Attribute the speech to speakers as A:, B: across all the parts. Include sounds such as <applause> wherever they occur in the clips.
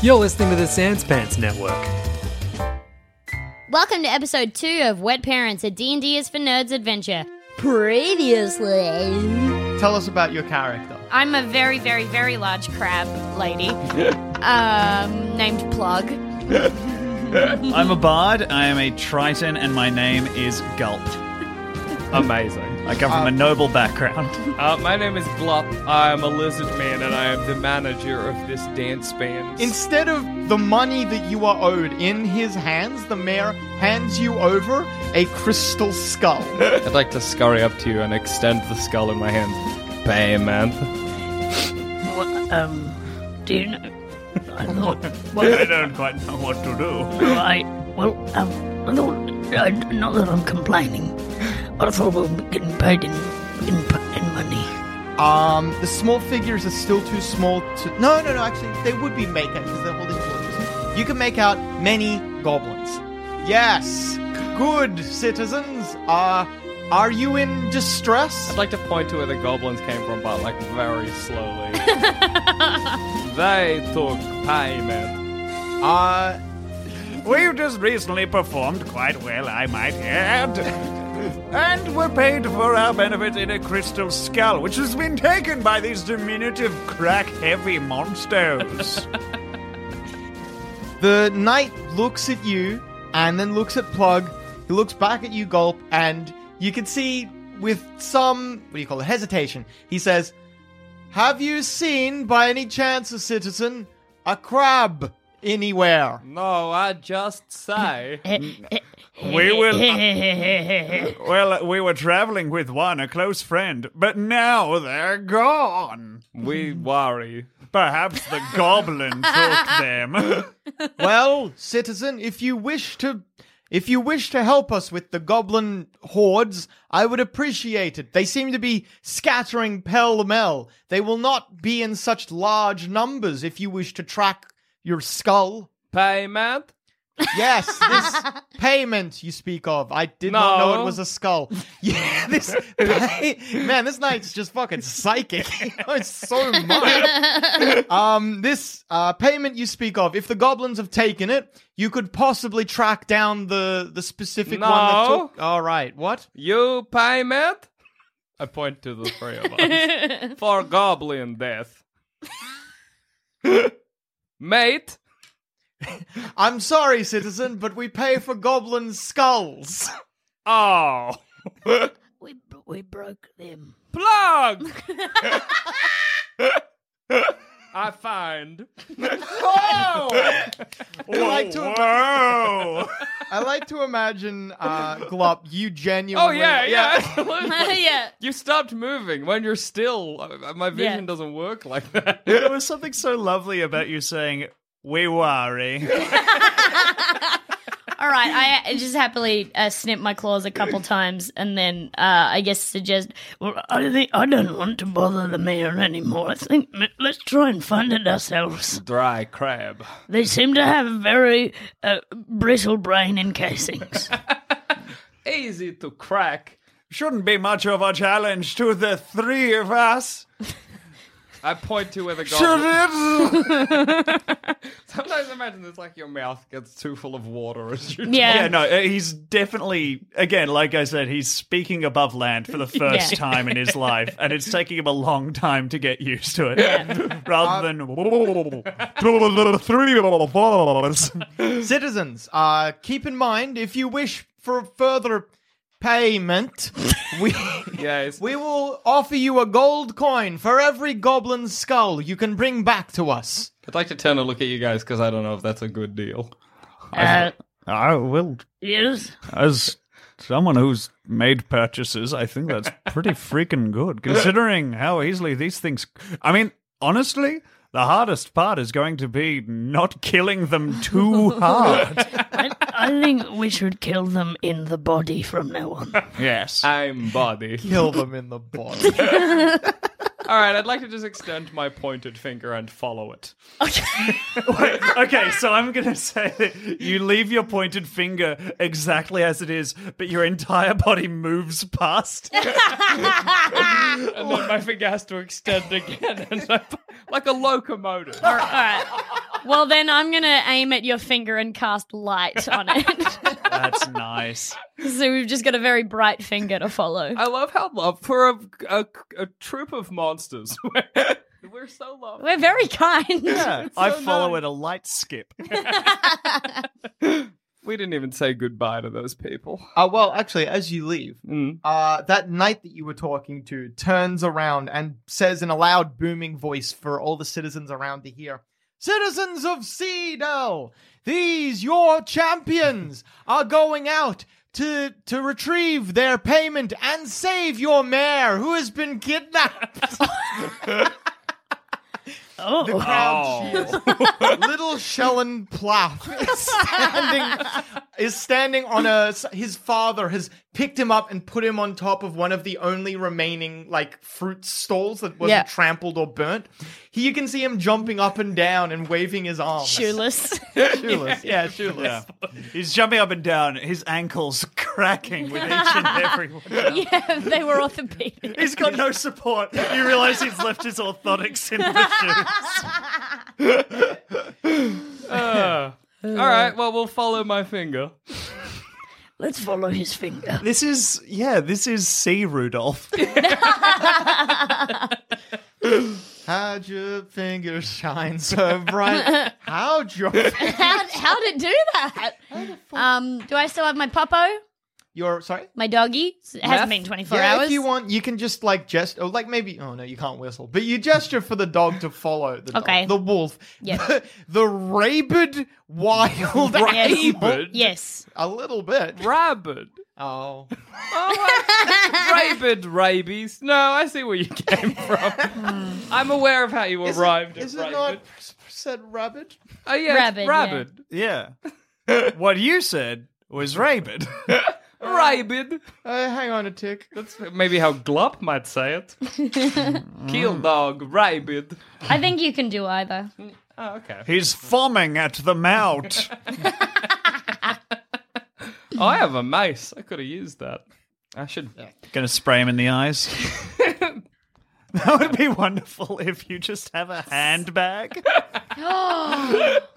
A: You're listening to the Sans Pants Network.
B: Welcome to episode two of Wet Parents, a D&D is for Nerds adventure. Previously...
C: Tell us about your character.
B: I'm a very, very, very large crab
D: <laughs>
B: lady um, named Plug. <laughs>
D: I'm a bard, I am a triton, and my name is Gulp.
E: Amazing.
D: I come
F: Uh,
D: from a noble background.
E: Uh, my name is Blup. I am a lizard man, and I am the manager of this dance band.
C: Instead of the money that you are owed in his hands, the mayor hands you over a crystal <laughs> skull.
E: I'd like to scurry up to you and extend the skull in my hand. Payment.
F: Um, do you know? I thought.
D: <laughs> I
F: Well,
D: don't quite know what to do.
F: well, I well, um, I thought. I, not that I'm complaining, but I thought we were getting paid in in, pa- in money.
C: Um, the small figures are still too small to. No, no, no. Actually, they would be make out because they're holding torches. You can make out many goblins. Yes, good citizens. Uh, are you in distress?
E: I'd like to point to where the goblins came from, but like very slowly. they took payment.
C: Uh,
D: We've just recently performed quite well, I might add. And were paid for our benefits in a crystal skull, which has been taken by these diminutive, crack heavy monsters.
C: The knight looks at you and then looks at Plug. He looks back at you, Gulp, and you can see with some, what do you call it, hesitation, he says, Have you seen, by any chance, a citizen, a crab anywhere?
E: No, I just say.
D: we will. well, we were traveling with one, a close friend, but now they're gone.
E: we worry.
D: Perhaps the goblin took them.
C: well, citizen, if you wish to. If you wish to help us with the goblin hordes, I would appreciate it. They seem to be scattering pell mell. They will not be in such large numbers if you wish to track your skull.
E: Payment?
C: Yes, this payment you speak of. I did not know
E: No.
C: it was a skull. <laughs> Yeah, this man, this knight's just fucking psychic. <laughs> He knows so much. Um, this uh, payment you speak of. If the goblins have taken it, you could possibly track down the the specific one that
E: No.
C: took. All right, what?
E: You payment? I point to the three of us. For goblin death. Mate?
C: I'm sorry, citizen, but we pay for goblin skulls. <laughs>
E: Oh.
F: We bro- we broke them.
E: Plug!
F: <laughs> <laughs>
E: I find. Oh!
C: I like to.
D: Whoa!
C: I like to imagine, uh, Glop, you genuinely.
E: Oh, yeah,
F: <laughs>
E: yeah, absolutely.
B: yeah.
E: You stopped moving when you're still. uh, My vision
B: Yeah.
E: doesn't work like that.
D: there was something so lovely about you saying, we worry.
B: All right, I just happily uh, snip my claws a couple
D: <laughs>
B: times and then uh, I guess suggest...
F: <laughs> Well, I think I don't want to bother the mayor anymore. I think m- let's try and find it ourselves.
E: Dry crab.
F: They seem to have very uh, brittle brain encasings.
E: Easy to crack.
D: Shouldn't be much of a challenge to the three of us.
E: I point to where <laughs> the goblin.
D: Shut it!
E: Sometimes I imagine it's like your mouth gets too full of water as you.
B: Yeah. <laughs>
D: Yeah, no, uh, he's definitely, again, like I said, he's speaking above land for the first
B: Yeah.
D: time in his life, and it's taking him a long time to get used to it. <laughs> Rather than.
C: Citizens, uh, keep in mind if you wish for further payment, we
E: <laughs> Yeah, it's-
C: we will offer you a gold coin for every goblin skull you can bring back to us.
E: I'd like to turn and look at you guys because I don't know if that's a good deal.
F: Uh,
D: I will,
F: yes.
D: as someone who's made purchases, I think that's pretty freaking good, considering how easily these things. I mean, honestly. The hardest part is going to be not killing them too hard.
F: I, I think we should kill them in the body from now on.
D: yes.
E: I'm body.
C: Kill them in the body.
E: All right, I'd like to just extend my pointed finger and follow it.
D: <laughs> okay, so I'm going to say that you leave your pointed finger exactly as it is, but your entire body moves past.
E: And then my finger has to extend again, and I, like a locomotive.
B: <laughs> All right. Well, then I'm going to aim at your finger and cast light on
D: <laughs>
B: it.
D: That's nice.
B: <laughs> so we've just got a very bright finger to follow.
E: I love how love for a a, a troop of monsters. <laughs> we're- We're so loved.
B: We're very kind. <laughs>
D: I follow it a light skip.
E: We didn't even say goodbye to those people.
C: Uh, well, actually, as you leave,
E: Mm.
C: uh, that knight that you were talking to turns around and says in a loud, booming voice for all the citizens around to hear Citizens of Seedel, these your champions are going out to, to retrieve their payment and save your mayor who has been kidnapped.
F: Oh,
C: The crowd cheers. <laughs> Little Shellen Plath is standing, is standing on a. His father has picked him up and put him on top of one of the only remaining like fruit stalls that wasn't
B: Yeah.
C: trampled or burnt. Here you can see him jumping up and down and waving his arms.
B: Shoeless. <laughs>
C: Shoeless.
D: <laughs>
C: Yeah, shoeless.
D: Yeah. He's jumping up and down, his ankles <laughs> cracking with each and every <laughs> one.
B: yeah, they were orthopedic.
D: He's got no support. You realize he's left his orthotics in the shoes.
E: All right, well we'll follow my finger.
F: let's follow his finger.
D: This is, yeah, this is C. Rudolph.
C: How'd your finger shine so bright? How'd your
B: <laughs> How how did it do that? Um, do I still have my popo?
C: your sorry?
B: My doggy? It
E: Meth?
B: hasn't been 24
C: yeah,
B: hours.
C: if you want, you can just like gest, or like maybe. Oh no, you can't whistle, but you gesture for the dog to follow the dog-
B: Okay.
C: the wolf,
B: Yep.
C: the, <laughs> the rabid
B: <laughs>
C: wild
B: Yes.
C: animal.
B: yes.
C: A little bit.
E: Rabid.
C: Oh, <laughs>
E: Rabid rabies. No, I see where you came from. I'm aware of how you
C: Is it-
E: arrived
C: Is it
E: at
C: not
E: rabid.
C: said rabid?
E: Oh yeah,
B: Rabid,
E: rabid.
B: yeah.
E: Rabid.
D: <laughs> yeah. What you said was rabid.
E: Rabid.
C: Uh, hang on a tick.
E: That's maybe how Glup might say it. Kill dog, rabid.
B: I think you can do either.
E: Oh, okay.
D: He's foaming at the mouth.
E: Oh, I have a mace. I could have used that. I should.
D: Gonna spray him in the eyes. <laughs> that would be wonderful if you just have a handbag
E: Not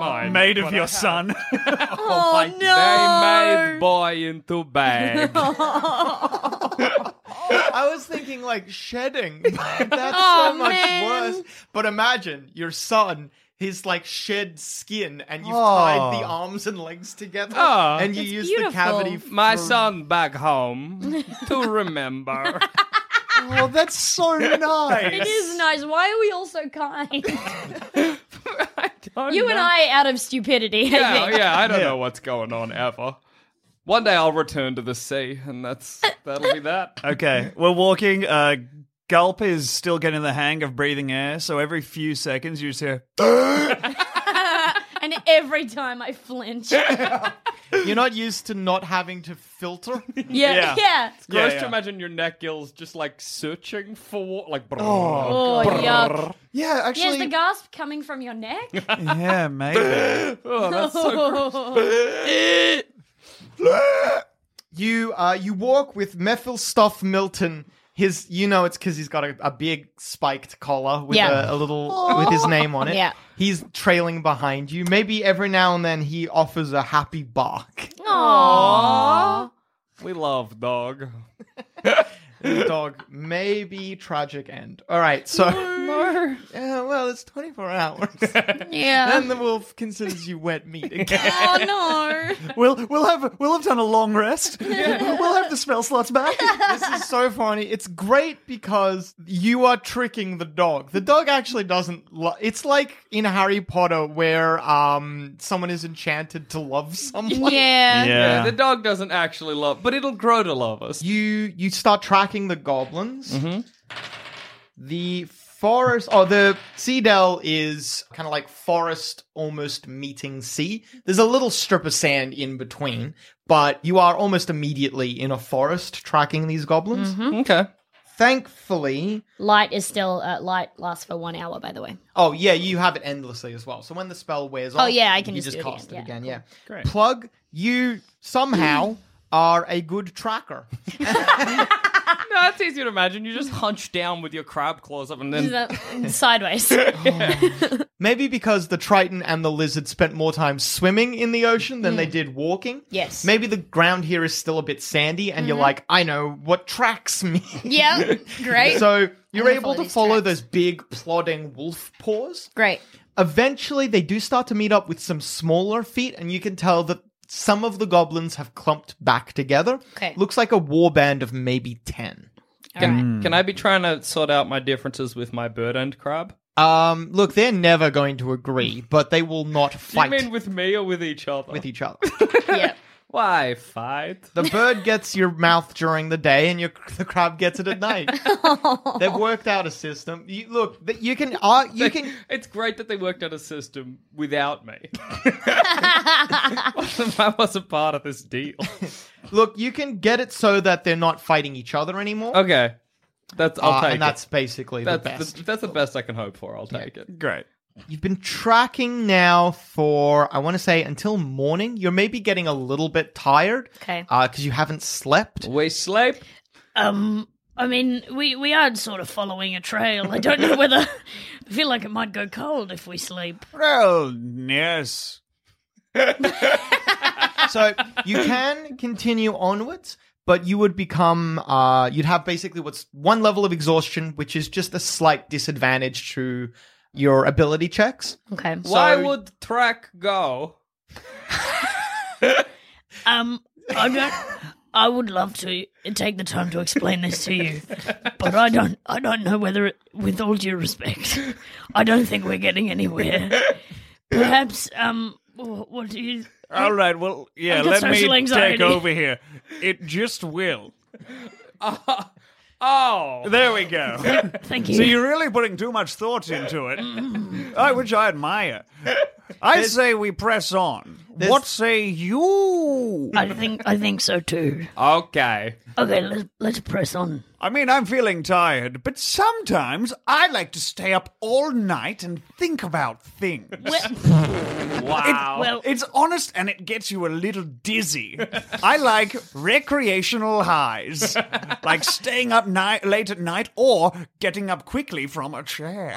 E: mine.
D: made of your son.
B: Oh,
E: They made boy into bag.
C: I was thinking like shedding, <laughs> but
B: <laughs>
C: that's so
B: Oh,
C: much
B: man.
C: worse. But imagine your son. His like shed skin, and you've
D: Oh.
C: tied the arms and legs together,
E: Oh.
C: and you
B: It's
C: use
B: beautiful.
C: the cavity. For...
E: My son back home to remember.
C: Oh,
D: well, that's
E: <laughs>
D: so nice.
B: It is nice. Why are we all so kind?
E: I don't
B: you
E: know.
B: and I out of stupidity, I
E: Yeah,
B: think.
E: yeah, I don't know what's going on ever. One day I'll return to the sea, and that's that'll be that.
D: <laughs> Okay, we're walking. Uh, Gulp is still getting the hang of breathing air, so every few seconds you just hear.
B: And every time I flinch. Yeah,
C: You're not used to not having to filter. <laughs>
B: yeah.
E: Gross
D: yeah.
E: to imagine your neck gills just like searching for wa- like.
B: Oh, yuck.
C: Yeah,
B: Yeah, is
C: actually,
B: the gasp coming from your neck?
D: Yeah, <laughs> maybe.
E: Oh, that's so
C: you uh, you walk with Mephilstoff Milton his, you know, it's because he's got a, a big spiked collar with
B: Yeah.
C: a, a little with his name on it.
B: Yeah.
C: he's trailing behind you. Maybe every now and then he offers a happy bark.
B: <laughs> Aww.
E: We love dog.
B: <laughs>
C: This dog maybe tragic end. All right, so <laughs> yeah, well, it's twenty four hours,
B: <laughs> Yeah.
C: and the wolf considers you wet meat again.
B: oh no.
D: We'll we'll have we'll have done a long
F: <laughs>
D: rest. We'll have the spell slots back.
C: this is so funny. It's great because you are tricking the dog. The dog actually doesn't. Lo- it's like in Harry Potter where um someone is enchanted to love someone.
B: <laughs> Yeah.
E: Yeah, the dog doesn't actually love, but it'll grow to love us.
C: You you start tracking the goblins. The forest or the sea dell is kind of like forest almost meeting sea. There's a little strip of sand in between, but you are almost immediately in a forest tracking these goblins.
E: Okay.
C: Thankfully,
B: Light is still uh, light lasts for one hour, by the way.
C: Oh yeah, you have it endlessly as well. So when the spell wears off,
B: Oh, yeah, I can
C: you
B: just do it
C: cast
B: again.
C: it again.
B: Yeah,
C: Yeah.
E: Great.
C: Plug, you
B: <laughs>
C: somehow are a good tracker.
E: No, that's easy to imagine. You just hunch down with your crab claws up and
B: Is
E: then.
B: that- <laughs> Sideways.
C: Maybe because the Triton and the Lizard spent more time swimming in the ocean than they did walking.
B: Mm. Yes. Mm-hmm.
C: Maybe the ground here is still a bit sandy, and you're like, I know what tracks me.
B: <laughs> yeah. Great.
C: <laughs> So you're
B: gonna
C: able
B: follow
C: to
B: these
C: follow
B: tracks.
C: those big plodding wolf paws.
B: Great.
C: Eventually, they do start to meet up with some smaller feet, and you can tell that some of the goblins have clumped back together.
B: Okay.
C: Looks like a war band of maybe 10.
B: All right.
E: Can I be trying to sort out my differences with my bird and crab?
C: Um, look, they're never going to agree, but they will not fight
E: You mean with me or with each other?
C: with e- each other.
B: Yeah.
E: Why fight?
C: the bird gets your mouth during the day, and your, <laughs> the crab gets it at night. They've worked out a system. You, look, th- you can, uh, you can,
E: It's great that they worked out a system without me. <laughs> I wasn't part of this deal.
C: look, you can get it so that they're not fighting each other anymore.
E: Okay, that's I'll
C: Uh,
E: take
C: and
E: it.
C: that's basically
E: that's
C: the best.
E: that's the best I can hope for. I'll take it.
D: Great.
C: You've been tracking now for, I want to say, until morning. You're maybe getting a little bit tired.
B: Okay.
C: Because you haven't slept.
E: We sleep.
F: Um,
B: I mean, we we are sort of following a trail. I don't know whether <laughs> I feel like it might go cold if we sleep.
D: Well, yes.
C: So you can continue onwards, but you would become, uh, you'd have basically what's one level of exhaustion, which is just a slight disadvantage to your ability checks.
B: Okay.
E: Why would track go? <laughs>
F: um, I don't. I would love to take the time to explain this to you, but I don't. I don't know whether, it, with all due respect, I don't think we're getting anywhere. Perhaps, um, wh- what do you?
D: All right. Well, yeah.
F: I've got
D: Let me
F: social anxiety.
D: take over here. It just will.
E: Oh,
D: There we <laughs> go.
F: Thank you.
D: so you're really putting too much thought into it,
F: Mm.
D: I, which I admire. I say we press on. What say you?
F: I think. I think so too.
E: okay.
F: Okay, let's let's press on.
D: I mean, I'm feeling tired, but sometimes I like to stay up all night and think about things.
E: Wow.
F: Well,
D: It's honest and it gets you a little dizzy. I like recreational highs, like staying up ni- late at night or getting up quickly from
B: <laughs>
D: a chair.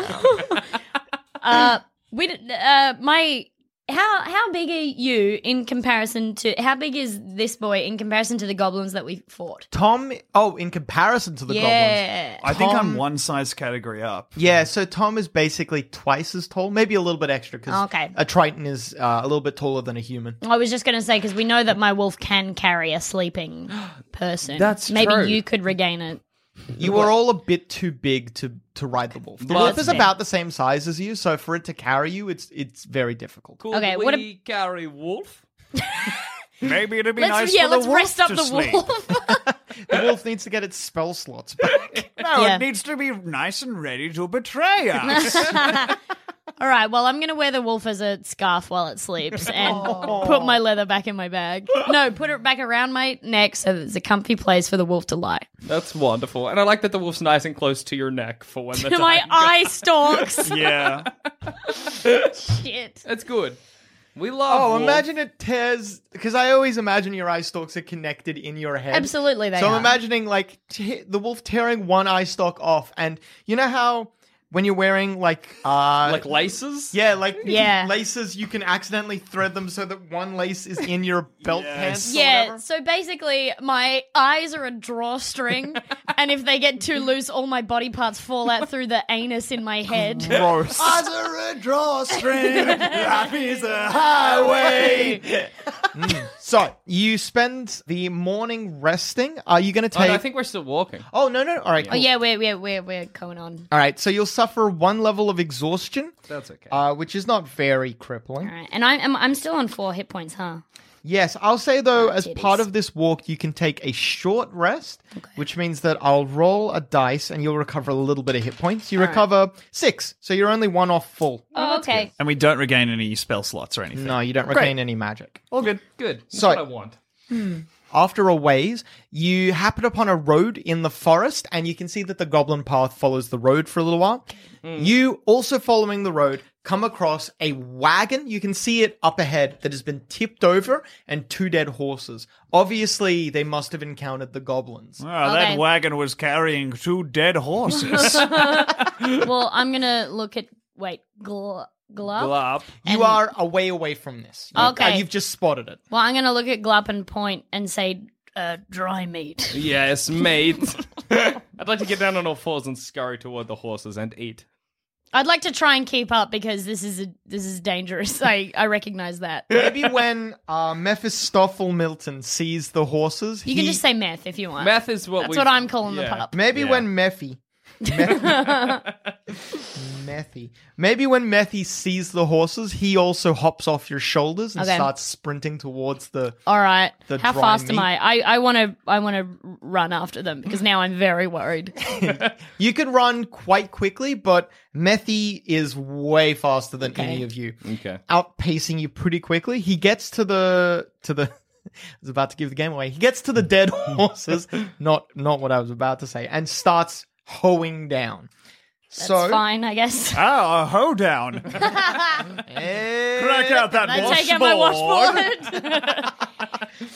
B: We d- uh my how how big are you in comparison to how big is this boy in comparison to the goblins that we fought?
C: Tom, oh, in comparison to the goblins.
B: yeah.
D: I think
C: Tom-
D: I'm one size category up.
C: Yeah, so Tom is basically twice as tall, maybe a little bit extra because
B: Okay.
C: a Triton is uh, a little bit taller than a human.
B: I was just going to say because we know that my wolf can carry a
D: <gasps>
B: sleeping person.
E: That's
B: maybe
E: true.
B: you could regain it.
C: You were all a bit too big to to ride the wolf. The
E: But-
C: wolf is about the same size as you, so for it to carry you, it's it's very difficult.
E: Could
B: okay,
E: we
B: what
E: carry wolf?
D: Maybe it'd be
B: Let's
D: nice
B: yeah,
D: for the
B: let's
D: wolf
B: rest up
D: to
B: the
D: sleep.
B: wolf. <laughs>
C: The wolf needs to get its spell slots back.
D: No,
B: Yeah.
D: it needs to be nice and ready to betray us.
B: <laughs> All right, well, I'm going to wear the wolf as a scarf while it
D: <laughs>
B: sleeps and put my leather back in my bag. No, put it back around my neck so that there's a comfy place for the wolf to
D: <laughs>
B: lie.
E: That's wonderful, and I like that the wolf's nice and close to your neck for when the
B: To <laughs>
D: <laughs>
B: my
E: time-
B: eye stalks. <laughs>
D: yeah.
B: Shit.
E: That's good. We love.
C: Oh,
E: wolves.
C: imagine it tears because I always imagine your eye stalks are connected in your head.
B: Absolutely, they
C: So
B: are.
C: I'm imagining like te- the wolf tearing one eye stalk off, and you know how when you're wearing like uh
E: like laces.
C: yeah like
B: <laughs> Yeah.
C: laces, you can accidentally thread them so that one lace is in your belt pants. or
B: Yeah,
C: whatever?
B: so basically, my eyes are a drawstring,
D: <laughs>
B: and if they get too loose, all my body parts fall out through the anus in my head.
D: <laughs>
C: Gross.
D: As a drawstring, life is a highway.
C: Mm. so you spend the morning resting. Are you going to
E: Oh,
C: take?
E: no, I think we're still walking.
C: Oh no no! All right.
B: Oh, yeah, we're, we're, we're, we're going on.
C: All right. So you'll suffer one level of exhaustion,
E: That's okay.
C: uh, which is not very crippling.
B: All right, and I'm, I'm, I'm still on four hit points, huh?
C: Yes, I'll say though, as
B: titties.
C: part of this walk, you can take a short rest, which means that I'll roll a dice and you'll recover a little bit of hit points. You recover six, so you're only one off full.
B: Oh, okay.
D: And we don't regain any spell slots or anything.
C: No, you don't retain any magic.
E: All good. Good. That's
C: So-
E: what I want.
C: After a ways, you happen upon a road in the forest, and you can see that the goblin path follows the road for a little while.
B: Hmm.
C: You, also following the road, come across a wagon. You can see it up ahead that has been tipped over and two dead horses. Obviously, they must have encountered the goblins.
D: Ah,
B: Okay.
D: That wagon was carrying two
B: <laughs>
D: dead horses.
B: well, I'm gonna look at. Wait, glop. Glop.
E: Glop.
C: You
B: And-
C: are a way away from this. You- uh,
B: Okay.
C: you've just spotted it.
B: Well, I'm gonna look at glop and point and say,
F: Uh, dry meat.
E: Yes, mate.
B: <laughs>
E: I'd like to get down on all fours and scurry toward the horses and eat.
B: "I'd like to try and keep up because this is a, this is dangerous." I I recognize that.
C: Maybe when uh, Mephistopheles Milton sees the horses,
B: You can just say meth if you want.
E: Meth is what
B: That's
E: we-
B: what I'm calling
E: yeah.
B: the pup.
C: Maybe
D: Yeah.
C: when Mephi. Methy. Maybe when Methy sees the horses, he also hops off your shoulders and
B: Okay.
C: starts sprinting towards the.
B: All right.
C: The
B: How
C: dry
B: fast am
C: meat.
B: I? I I want to I want to run after them because now I'm very worried.
C: You can run quite quickly, but Methy is way faster than any of you,
E: Okay.
B: Oh,
C: outpacing you pretty quickly. He gets to the to the. <laughs> I was about to give the game away. He gets to the dead horses, not not what I was about to say, and starts hoeing down.
B: That's
C: so
B: fine, I guess.
D: ah, a hoedown. Crack out that
B: I take out my washboard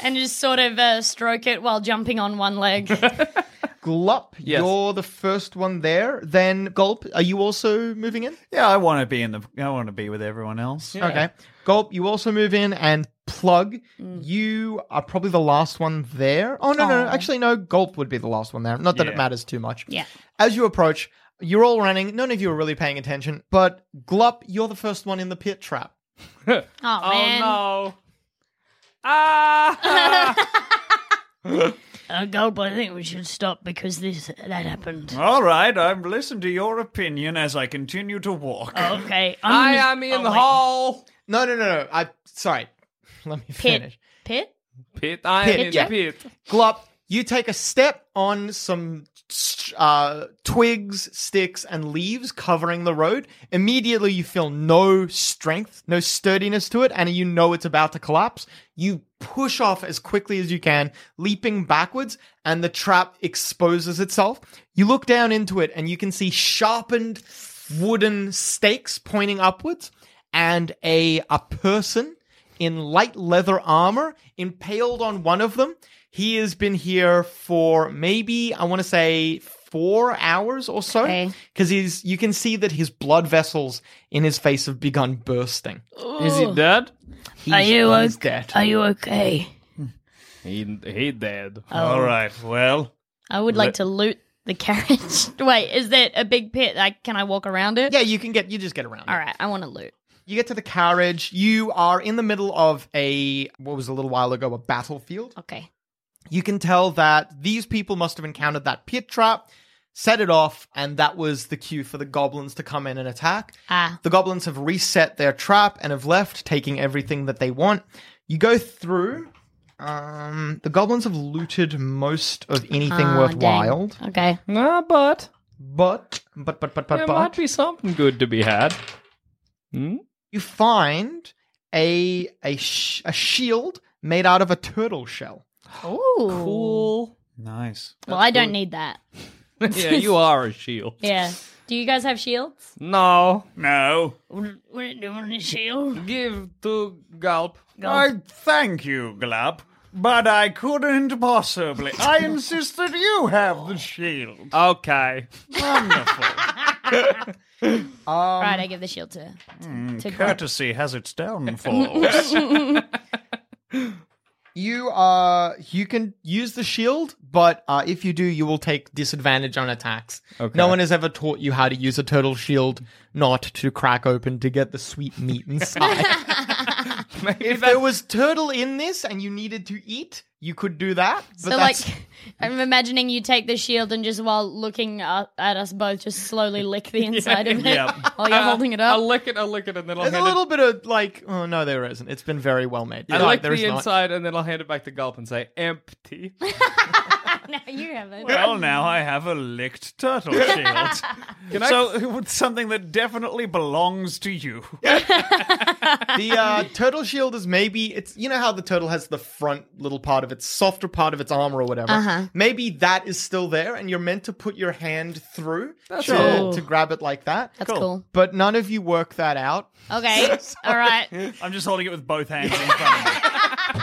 B: and just sort of uh, stroke it while jumping on one leg. Oh,
C: Glup,
E: Yes.
C: you're the first one there. Then Gulp, are you also moving in?
D: Yeah, I want to be in the. I want to be with everyone else.
C: Okay. Gulp, you also move in and plug.
B: Mm.
C: You are probably the last one there. Oh no, no, no, actually no, Gulp would be the last one there. Not that it
D: Yeah.
C: matters too much.
B: Yeah.
C: As you approach, you're all running. None of you are really paying attention, but Glup, you're the first one in the pit trap.
B: Oh, man.
E: Oh no. Ah!
F: Uh, Gulp, I think we should stop because this that happened.
D: All right, I'm listen to your opinion as I continue to walk.
F: Okay, I'm
E: I
F: gonna-
E: am in
F: oh,
E: the
F: wait.
E: hole.
C: No, no, no, no. I sorry. <laughs> Let me finish.
B: Pit. Pit?
E: Pit. I am
C: Pit,
E: in
C: yeah.
E: the pit.
C: Glup, you take a step on some uh, twigs, sticks, and leaves covering the road. Immediately, you feel no strength, no sturdiness to it, and you know it's about to collapse. You push off as quickly as you can, leaping backwards, and the trap exposes itself. You look down into it, and you can see sharpened wooden stakes pointing upwards, and a a person in light leather armor, impaled on one of them. He has been here for maybe, I want to say, four hours or so.
B: Okay.
C: Because he's you can see that his blood vessels in his face have begun bursting.
E: Is he dead?
C: He's,
F: Are you
C: he's
F: okay?
C: dead.
F: Are you okay?
E: He he dead.
B: Uh,
D: All right, well,
B: I would like to loot the carriage. <laughs> Wait, is that a big pit? Like, can I walk around it?
C: yeah, you can get you just get around. it.
B: All right, I want to loot.
C: You get to the carriage. You are in the middle of a what was a little while ago a battlefield.
B: Okay.
C: you can tell that these people must have encountered that pit trap, set it off, and that was the cue for the goblins to come in and attack.
B: Ah.
C: The goblins have reset their trap and have left, taking everything that they want. You go through. Um, the goblins have looted most of anything
B: Ah,
C: worthwhile,
B: dang. Okay.
E: Nah, but
C: but but but but but
E: there might
C: but
E: be something good to be had. Hmm?
C: you find a a sh- a shield made out of a turtle shell.
B: Ooh.
E: Cool. <laughs>
D: nice.
B: Well, I don't need that.
E: yeah, you are a shield.
B: Yeah. Do you guys have shields? <laughs>
E: No.
D: No.
F: What are you doing, shield?
E: Give to Gulp.
D: I thank you, Glap, but I couldn't possibly.
B: <laughs>
D: I insist that you have the shield.
E: Okay.
D: Wonderful. <laughs>
B: right, I give the shield to. to Grog.
D: Courtesy has its <laughs> downfalls.
C: You uh you can use the shield, but uh, if you do, you will take disadvantage on attacks.
E: Okay.
C: No one has ever taught you how to use a turtle shield, not to crack open to get the sweet meat inside. if there was turtle in this and you needed to eat, you could do that.
B: So
C: But
B: like, <laughs>
C: that's,
B: I'm imagining you take the shield and just while looking up at us both, just slowly lick the inside of it <laughs> while Oh,
E: Uh-huh.
B: you're holding it up.
E: Ah, I'll lick it, I'll lick it, and then I'll
C: there's a
E: hand
C: little
E: it.
C: bit of like, oh no, there isn't. It's been very well made.
E: I
C: No,
E: lick
C: there is
E: the
C: not.
E: inside, and then I'll hand it back to Gulp and say,
C: <laughs>
E: empty.
B: no, you haven't.
D: well, now I have a licked turtle shield.
E: Can
D: <laughs>
E: I-
D: so it's something that definitely belongs to you.
C: the uh, turtle shield is maybe it's you know how the turtle has the front little part of its softer part of its armor or whatever.
B: Uh-huh.
C: Maybe that is still there, and you're meant to put your hand through to,
B: cool.
C: to grab it like that.
B: That's cool.
C: But none of you work that out.
B: Okay. All right. Hey,
D: I'm just holding it with both hands in front of me.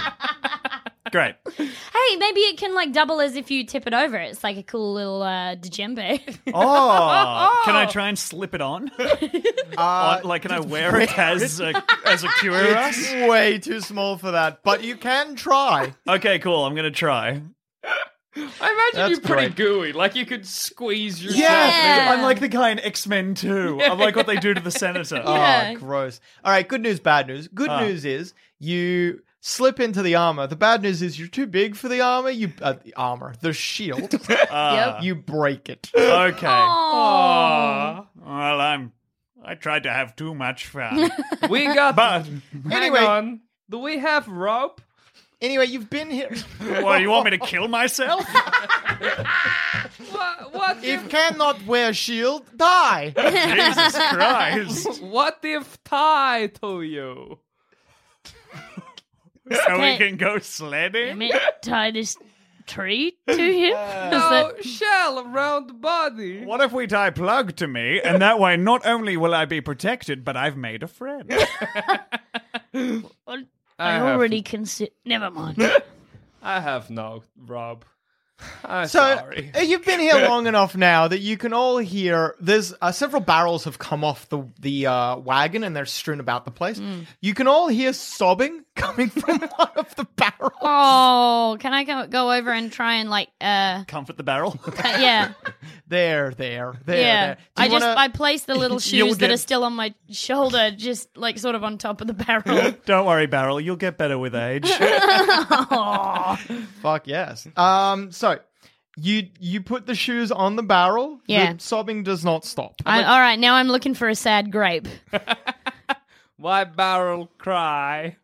D: Great.
B: maybe it can like double as if you tip it over. It's like a cool little uh, djembe. <laughs>
D: Oh, can I try and slip it on?
C: Uh,
D: On- like, can I wear it as a, as a cure?
C: it's way too small for that, but you can try.
D: Okay, cool. I'm gonna try.
E: I imagine
C: That's
E: you're pretty
C: great.
E: gooey. Like you could squeeze yourself.
B: Yeah.
D: I'm like the guy in X Men 2. I'm like what they do to the senator.
B: Yeah.
C: Oh, gross. All right, good news, bad news. Good
D: Ah.
C: news is you slip into the armor. The bad news is you're too big for the armor. You uh, the armor, the shield.
D: Ah,
C: you break it.
D: Oh, Okay.
B: Aw.
D: Well, I'm. I tried to have too much fun. <laughs>
E: We got.
D: But
C: Anyway.
E: Hang on. Do we have rope?
C: Anyway, you've been here.
D: what? You want me to kill myself?
E: What, what
C: If
E: if?
C: cannot wear shield, die.
B: <laughs>
D: Jesus Christ!
E: What if tie to you?
D: So we
F: Okay.
D: can go sledding.
F: May I tie this tree to him? Is that-
E: No shell around body.
D: What if we tie plug to me, and that way not only will I be protected, but I've made a friend.
F: well,
E: I
F: I
E: have-
F: already consider. Never mind.
E: I have no rope. I'm
C: So
E: sorry.
C: uh, you've been here long enough now that you can all hear. There's uh, several barrels have come off the the uh, wagon and they're strewn about the place.
B: Mm.
C: You can all hear sobbing <laughs> coming from one of the barrels.
B: Oh, can I go, go over and try and like, uh,
D: <laughs> Comfort the barrel.
B: yeah,
C: There, there, there.
B: yeah.
C: there. Do you
B: I just
C: wanna-
B: I place the little
D: You'll
B: shoes that
D: get-
B: are still on my shoulder, just like sort of on top of the barrel.
D: <laughs> Don't worry, barrel. You'll get better with age.
C: Fuck yes. Um. So. You you put the shoes on the barrel. The
B: Yeah.
C: sobbing does not stop.
B: I, all right, now I'm looking for a sad grape.
E: Why barrel cry?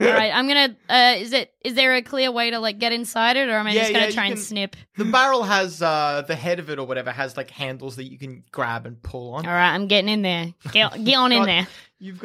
B: All right, I'm gonna. Uh, is it? Is there a clear way to like get inside it, or am I
C: Yeah,
B: just gonna
C: yeah,
B: try
C: you
B: and
C: can-
B: snip?
C: The barrel has uh, the head of it or whatever has like handles that you can grab and pull on.
B: All right, I'm getting in there. Get, get on in
C: God.
B: there.
C: You've got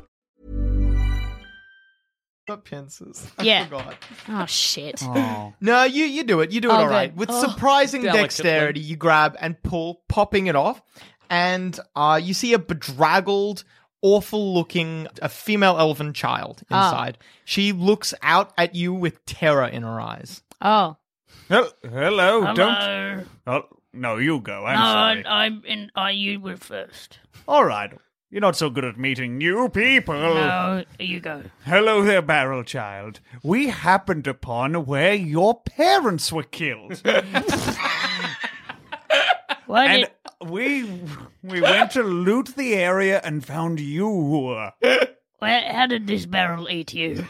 C: Not pincers. <laughs> I
B: Yeah.
C: forgot.
B: Oh shit.
C: No, you you do it. You do it
B: Oh,
C: all right.
B: good.
C: With
B: Oh.
C: surprising
B: Delicately.
C: dexterity, you grab and pull, popping it off, and uh, you see a bedraggled, awful-looking, a female elven child
B: Ah.
C: inside. She looks out at you with terror in her eyes.
B: Oh.
D: Hello. Hello.
F: Hello.
D: Don't. Oh, no, you go. I'm
F: no,
D: sorry.
F: I, I'm in. I you were first.
D: All right. You're not so good at meeting new people.
F: No, you go.
D: Hello there, Barrel Child. We happened upon where your parents were <laughs> killed.
F: Why
D: and we we went to loot the area and found you.
F: Where, how did this barrel eat you?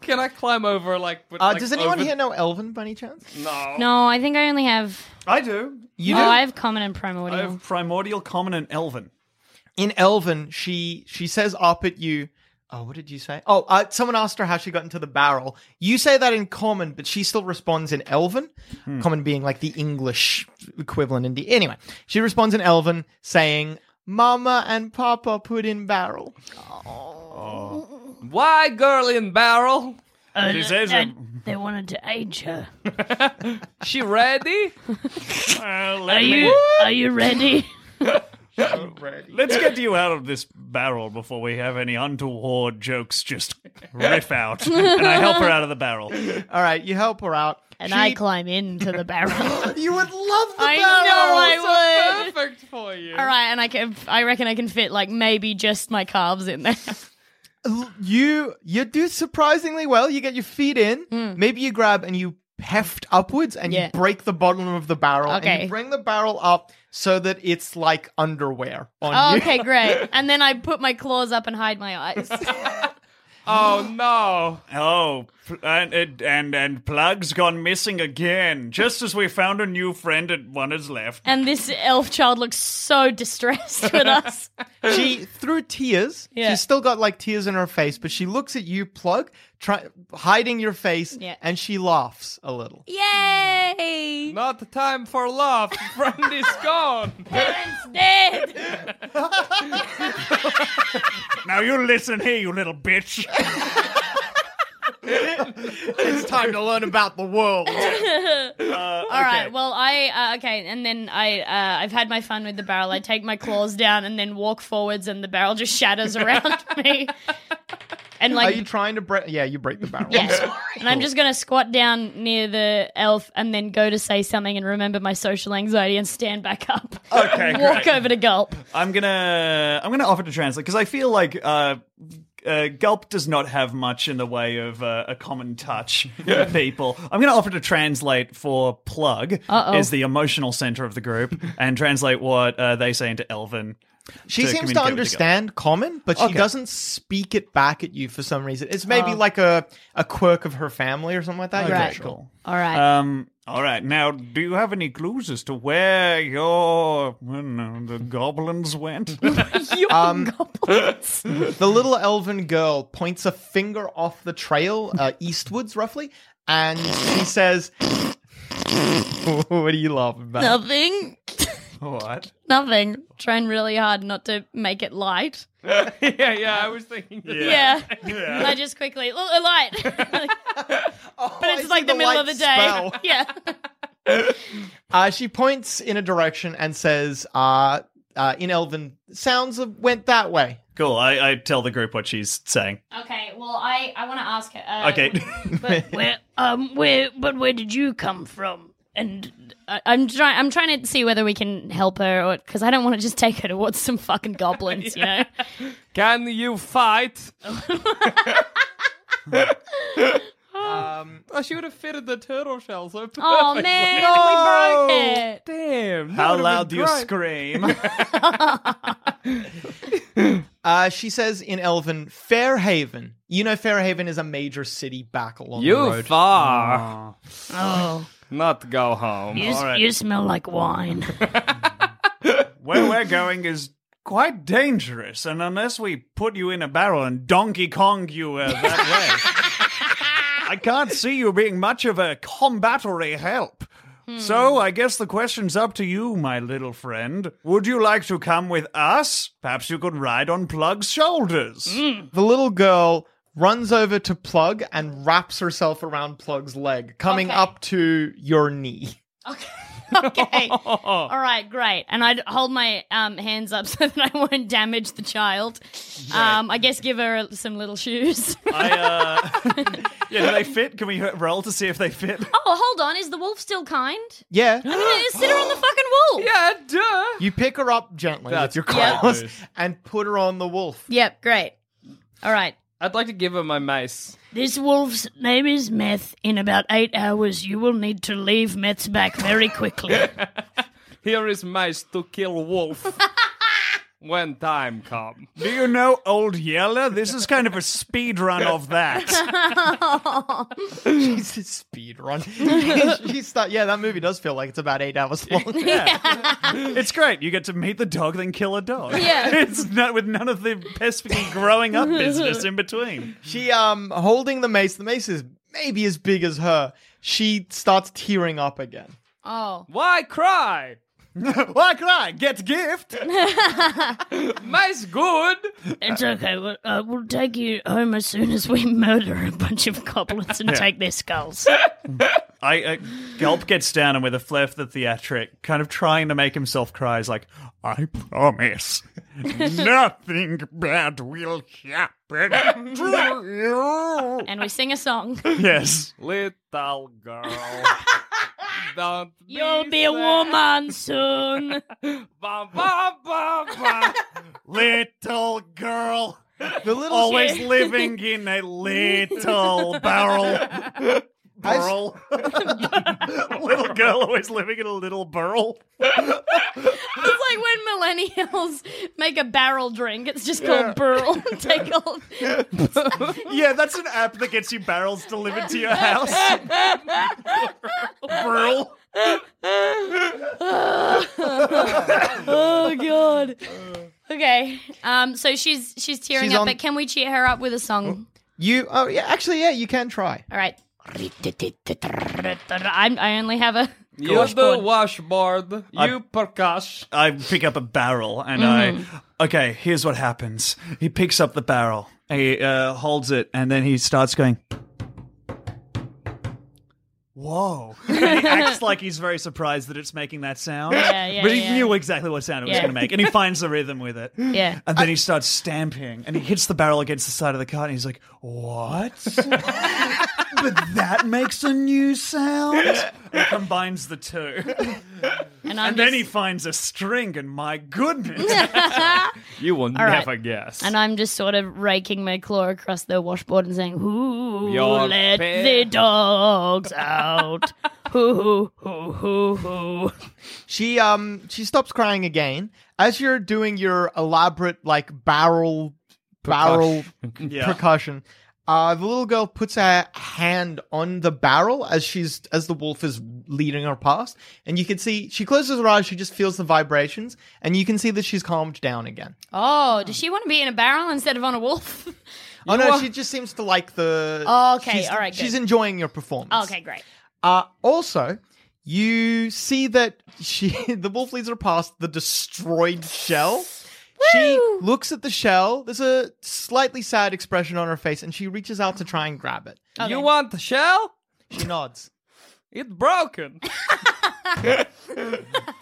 E: Can I climb over like? With,
C: Uh,
E: like,
C: does anyone
E: over-
C: here know elven by any chance?
E: No.
B: No, I think I only have.
D: I do.
C: You
B: oh,
C: do?
B: I have common and primordial.
D: I have primordial, common, and elven.
C: in Elven, she she says up at you. Oh, what did you say? Oh, uh, someone asked her how she got into the barrel. You say that in Common, but she still responds in Elven. Common being like the English equivalent. In the anyway, she responds in Elven, saying, "Mama and Papa put in barrel."
E: Why, girl in barrel?
F: Uh,
D: She says,
F: and
B: <laughs>
F: they wanted to age her.
E: She ready?
C: <laughs>
D: Well, uh, let
F: Are
D: me-
F: you? Are you ready?
D: Let's get you out of this barrel before we have any untoward jokes just riff
F: <laughs>
D: out. and I help her out of the barrel.
C: All right, you help her out.
B: <laughs> and
C: She-
B: I climb into
F: <laughs>
B: the barrel.
C: You would love the
B: I know I
C: barrel.
B: would.
E: Perfect for you.
B: All right, and I can. I reckon I can fit like maybe just my calves
F: <laughs>
B: in there.
C: L- you you do surprisingly well. You get your feet in. Maybe you grab and you heft upwards and
B: Hmm. Yeah.
C: you break the bottom of the barrel. And
B: Okay.
C: you bring the barrel up so that it's like underwear on
B: Oh,
C: you. <laughs>
B: okay, great. And then I put my claws up and hide
F: <laughs>
B: my eyes.
E: Oh no.
D: Oh, pl- and, and- and and plug's gone missing again. Just as we found a new friend and one is left.
B: and this elf child looks so distressed
F: <laughs>
B: with us.
C: She through tears.
B: Yeah.
C: She's still got like tears in her face, but she looks at you, plug, try hiding your face,
B: Yeah.
C: and she laughs a little.
B: Yay!
E: Not the time for love. Friend is gone. <laughs>
F: <laughs>
B: Parents dead.
D: Now you listen here, you little bitch.
C: It's time to learn about the world.
B: All right. Well, I uh, okay, and then I uh, I've had my fun with the barrel. I take my claws down and then walk forwards, and the barrel just
F: <laughs>
B: shatters around me. And <laughs>
C: Are
B: like,
C: you trying to break? Yeah, you break the barrel.
B: yeah. and I'm just gonna squat down near the elf, and then go to say something, and remember my social anxiety, and stand back up.
D: Okay,
B: <laughs> walk
D: great.
B: over to gulp.
D: I'm gonna I'm gonna offer to translate because I feel like uh, uh, Gulp does not have much in the way of uh, a common touch with people. I'm gonna offer to translate for Plug
B: Uh-oh.
D: is the emotional center of the group and translate what uh, they say into Elven.
C: She
D: to
C: seems to
D: communicate with the guy.
C: understand common, but she
D: Okay. Uh,
C: doesn't speak it back at you for some reason. It's maybe
B: Oh.
C: like a, a quirk of her family or something like that. You're not
B: Right.
C: sure.
D: Cool.
B: All right.
D: Um, all right. Now, do you have any clues as to where your you know, the goblins went?
B: you
C: um,
B: goblins.
C: <laughs> The little elven girl points a finger off the trail, uh, eastwards roughly, and she says, <laughs> What do you laughing about?
B: Nothing.
D: what?
B: Nothing. Trying really hard not to make it light.
E: yeah, yeah. I was thinking.
B: Yeah. I just quickly look a light. but
C: I
B: it's
C: see
B: like the,
C: the
B: middle
C: light
B: of the day.
C: spell.
B: <laughs> Yeah.
C: Uh, she points in a direction and says, uh, uh, In elven, sounds of- went that way.
D: Cool. I, I tell the group what she's saying.
B: Okay. Well, I I want to ask her. Uh,
D: Okay. <laughs>
B: But
F: Where? Um. Where? But where did you come from? And
B: I, uh, I'm trying. I'm trying to see whether we can help her, or because I don't want to just take her towards some fucking goblins. You
E: Can you <laughs> fight?
C: Um,
E: Oh, she would have fitted the turtle shell so perfectly.
B: know. Oh man, we broke it.
E: Damn. that
D: How
E: would've
D: loud do
E: been
D: you
E: great.
D: scream?
C: Uh, she says in Elven, Fairhaven. You know, Fairhaven is a major city back along the
E: You
C: road.
E: far.
F: oh,
E: Not go home.
F: You, s- you smell like wine.
D: Where we're going is quite dangerous, and unless we put you in a barrel and Donkey Kong you uh, that way, I can't see you being much of a combattery help. So I guess the question's up to you, my little friend. Would you like to come with us? Perhaps you could ride on Plug's shoulders.
C: The little girl runs over to Plug and wraps herself around Plug's leg, coming
B: Okay.
C: up to your knee.
B: <laughs>
C: <gasps>
B: Okay. All right, great. And I'd hold my um, hands up <laughs> so that I won't damage the child. Um, I guess give her some little shoes. <laughs>
D: I, uh... yeah, do they fit? Can we roll to see if they fit?
B: oh, hold on. Is the wolf still kind?
C: Yeah.
B: I'm <gasps> going to sit her on the fucking wolf.
E: Yeah, duh.
C: You pick her up gently with
E: That's
C: your
E: great
C: claws
E: news.
C: and put her on the wolf.
B: Yep, great. All right.
E: I'd like to give him my mace.
F: This wolf's name is Meth. In about eight hours, you will need to leave Meth's back very
C: <laughs>
F: quickly. <laughs>
E: Here is mace to kill wolf. when time come.
D: Do you know Old Yeller? This is kind of a speed run of that.
F: Oh.
C: She's a speed run. <laughs> She's start- yeah, that movie does feel like it's about eight hours long.
D: It's great. You get to meet the dog, then kill a dog.
B: Yeah.
D: <laughs> It's not with none of the pesky growing up business in between. <laughs>
C: She um holding the mace. The mace is maybe as big as her. She starts tearing up again.
B: Oh.
E: Why cry?
D: Why cry? Get gift.
E: Mace good.
F: it's okay. We'll, uh, we'll take you home as soon as we murder a bunch of goblins and
D: Yeah.
F: take their skulls.
D: I uh, Gulp gets down and with a flair for the theatric, kind of trying to make himself cry, is like, I promise nothing bad will happen to you.
B: And we sing a song.
D: Yes.
E: Little girl. Don't
F: You'll be a woman
B: <laughs>
F: soon.
E: Bum, bum, bum, bum.
D: Little girl.
C: The little
D: Always living in a little barrel. Burl. little girl always living in a little burl.
B: It's like when millennials make a barrel drink. It's just called burl. Take
C: <laughs>
B: all.
D: Yeah, that's an app that gets you barrels delivered to your house. burl.
B: Oh god. Okay. Um. So she's she's tearing
C: Uh. She's
B: up,
C: on-
B: but can we cheer her up with a song?
C: You oh yeah, actually yeah, you can try.
B: All right. I'm, I only have a.
E: You're the washboard. You percuss.
D: I pick up a barrel and
B: Mm-hmm.
D: I. Okay, here's what happens. He picks up the barrel, he uh, holds it, and then he starts going. Whoa. <laughs>
B: <laughs>
D: he acts like he's very surprised that it's making that sound.
B: Yeah, yeah,
D: But he
B: yeah.
D: knew exactly what sound it was
B: Yeah.
D: going to make, and he finds the rhythm with it.
E: <laughs>
B: Yeah.
D: And then he starts stamping and he hits the barrel against the side of the car and he's like,
B: <laughs>
D: What? but that makes a new sound. He combines the two.
B: And, I'm
D: And then
B: just-
D: he finds a string, and my goodness.
E: You will
B: right.
E: never guess.
B: And I'm just sort of raking my claw across the washboard and saying, "Who
E: Your
B: let
E: pair." <laughs>
B: the dogs out? Who, who, who, who?"
C: She um she stops crying again. As you're doing your elaborate like barrel barrel
B: <laughs>
D: Yeah.
C: percussion, uh the little girl puts her hand on the barrel as she's as the wolf is leading her past, and you can see she closes her eyes, she just feels the vibrations, and you can see that she's calmed down again.
B: Oh, does she want to be in a barrel instead of on a wolf? <laughs>
C: oh no, she just seems to like the
B: Oh, okay,
C: she's-
B: all right, good.
C: She's enjoying your performance.
B: okay, great.
C: Uh, also, you see that she <laughs> the wolf leads her past the destroyed shell. She looks at the shell. There's a slightly sad expression on her face, and she reaches out to try and grab it.
E: You want the shell?
C: She <laughs> nods.
E: It's broken.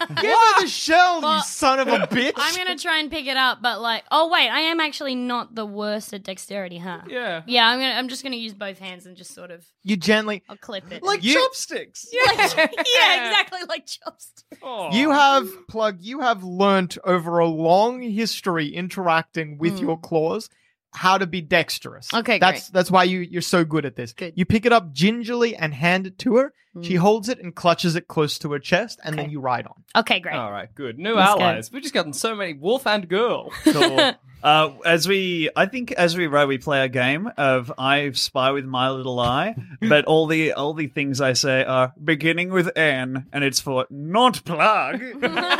C: Give her the shell, you son of <laughs> a bitch!
B: I'm gonna try and pick it up, but like, oh wait, I am actually not the worst at dexterity, huh?
E: Yeah.
B: Yeah, I'm gonna. I'm just gonna use both hands and just sort of.
C: You gently.
B: I'll clip it. <laughs>
C: Like
B: you,
C: chopsticks.
E: <laughs>
B: yeah, exactly like chopsticks.
E: Oh.
C: You
B: Oh.
C: have plug. You have learnt over a long history interacting with your claws how to be dexterous.
B: Hmm. Okay,
C: that's
B: great.
C: that's why you you're so good at this. You pick it up gingerly and hand it to her. She holds it and clutches it close to her chest, and then you ride on.
B: Hmm. Okay, great.
E: All right, good. New
C: Let's go.
E: allies. We've just gotten so many wolf and girl.
D: Cool. uh, as we, I think, as we ride, we play a game of I spy with my little eye, but all the all the things I say are beginning with N, and it's for not plug. <laughs>